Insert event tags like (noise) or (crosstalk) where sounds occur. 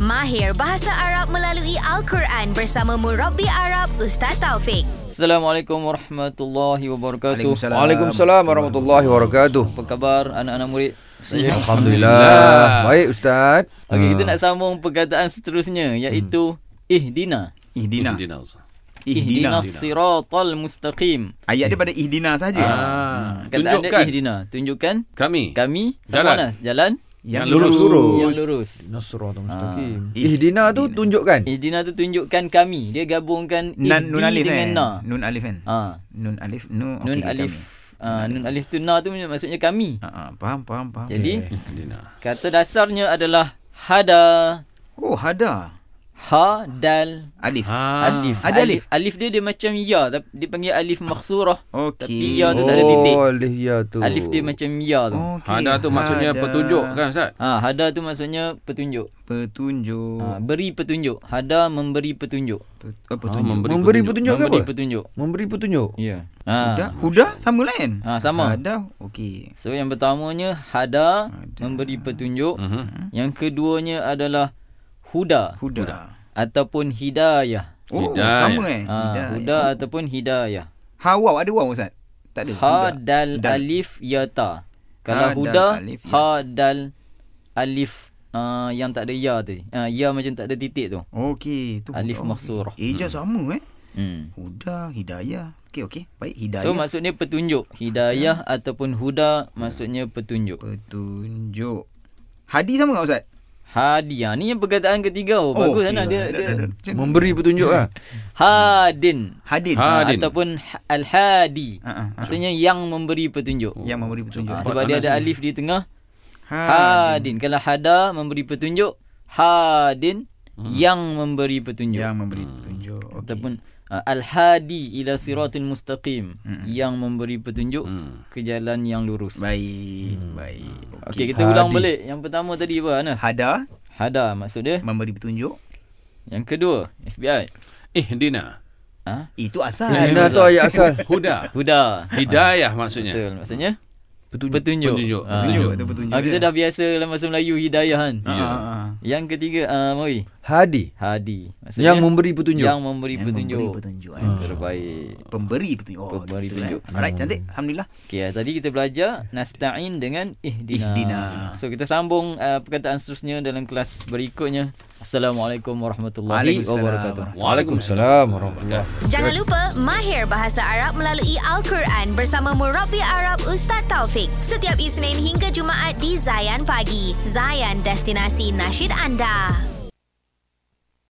Mahir Bahasa Arab melalui Al-Quran bersama Murabi Arab Ustaz Taufik. Assalamualaikum warahmatullahi wabarakatuh. Waalaikumsalam. Waalaikumsalam warahmatullahi wabarakatuh. Apa khabar anak-anak murid? Alhamdulillah. Baik Ustaz. Okey, Ah. kita nak sambung perkataan seterusnya Hmm. iaitu ihdina. Ihdina. Ihdina Ustaz. Ihdina. siratal mustaqim. Ayat dia pada ihdina saja. Ah, Kataan dia tunjukkan ihdina. Tunjukkan kami. kami Jalan. sama Anas, jalan Yang Yang lurus. Lurus. Ah. yang lurus. Nasratul mustaqim. Ihdina Eh, tu tunjukkan. Ihdina tu tunjukkan kami. Dia gabungkan ihdi Nan, nun alif dengan eh. na. Nun alif kan. Ha. Nun alif. Nu, Nun okey, alif. kami. Ah, nun alif tu na tu maksudnya kami. Ah, ah, faham, faham, faham. Jadi Ihdina. kata dasarnya adalah hada Oh, hada. ha dal Alif. Ah. Alif. Ada alif? Alif dia dia macam ya tapi dia panggil alif maksurah. Tapi Okey. ya tu tak ada titik. Oh, alif ya tu. Alif dia macam ya tu. Okey. Hada tu maksudnya Hada. petunjuk kan Ustaz? Ha, hada tu maksudnya petunjuk. Petunjuk. Ha, beri petunjuk. Hada memberi petunjuk. Pet, oh, petunjuk. Ah, memberi memberi petunjuk. petunjuk ke apa? memberi petunjuk. Memberi petunjuk. Ya. Huda, Ha. huda sama lain. Ha, sama. Hada, okey. So yang pertamanya hada, memberi petunjuk. Mhm. Yang keduanya adalah huda Huda. ataupun hidayah. Oh, Hidayah. sama eh. Ha, huda ataupun hidayah. Ha, waw ada waw Ustaz? Tak ada. Ha dal Dal. alif ya ta. Kalau Ha, dal, huda alif, ya. ha dal alif uh, yang tak ada ya tu. Uh, ya macam tak ada titik tu. Okey, tu Alif huda. maksurah. Eh, je sama eh. Hmm. Huda, hidayah. Okey, okey. Baik, hidayah. So maksudnya petunjuk hidayah ataupun huda Ya. maksudnya petunjuk. Petunjuk. Hadi sama tak Ustaz? Hadiah ni yang perkataan ketiga. Oh, bagus okey Hmm. anak (laughs) dia, Dah, dia. dah, dah, dah. Macam- Memberi petunjuk lah. Hadin. Hadin. Ha. Ha. Ha, Hadin. ataupun ha- al-hadi. Ha, ha, ha. Maksudnya yang memberi petunjuk. Yang memberi petunjuk. Ha, Ha, Nampak sebab dia panas ada ni. alif di tengah. Hadin. Hadin. Kalau hada memberi petunjuk, hadin yang memberi petunjuk. Yang memberi petunjuk. Okey. ataupun uh, al-hadi ila siratul mustaqim yang memberi petunjuk Hmm. ke jalan yang lurus. Baik, baik. Hmm. Okey, kita ulang balik. Yang pertama tadi apa Anas? Hada Hada maksud dia. memberi petunjuk. Yang kedua, FBI. Eh, Ihdina. Ha? Itu asal. Ihdina tu ayat asal. (laughs) Huda. Huda. Hidayah maksudnya. Betul. Maksudnya petunjuk. Petunjuk. Petunjuk. Ah. Petunjuk, tu petunjuk. Ah, kita dia. dah biasa dalam bahasa Melayu hidayah kan. Ha, ha, ha. Yang ketiga, uh, Mawi. Hadi. Hadi. Maksudnya Yang memberi petunjuk. yang memberi Yang petunjuk. Memberi petunjuk. eh. Terbaik. Pemberi petunjuk. Oh, Pemberi gitu, petunjuk. Hmm. Eh. Alright, cantik. Alhamdulillah. Okey, ah, tadi kita belajar nasta'in dengan ihdina. Ihdina. So kita sambung uh, perkataan seterusnya dalam kelas berikutnya. Assalamualaikum warahmatullahi Waalaikumsalam wabarakatuh. Waalaikumsalam warahmatullahi Jangan lupa Mahir Bahasa Arab melalui Al-Quran bersama Murabi Arab Ustaz Taufik. Setiap Isnin hingga Jumaat di Zayan Pagi. Zayan, destinasi nasyid anda.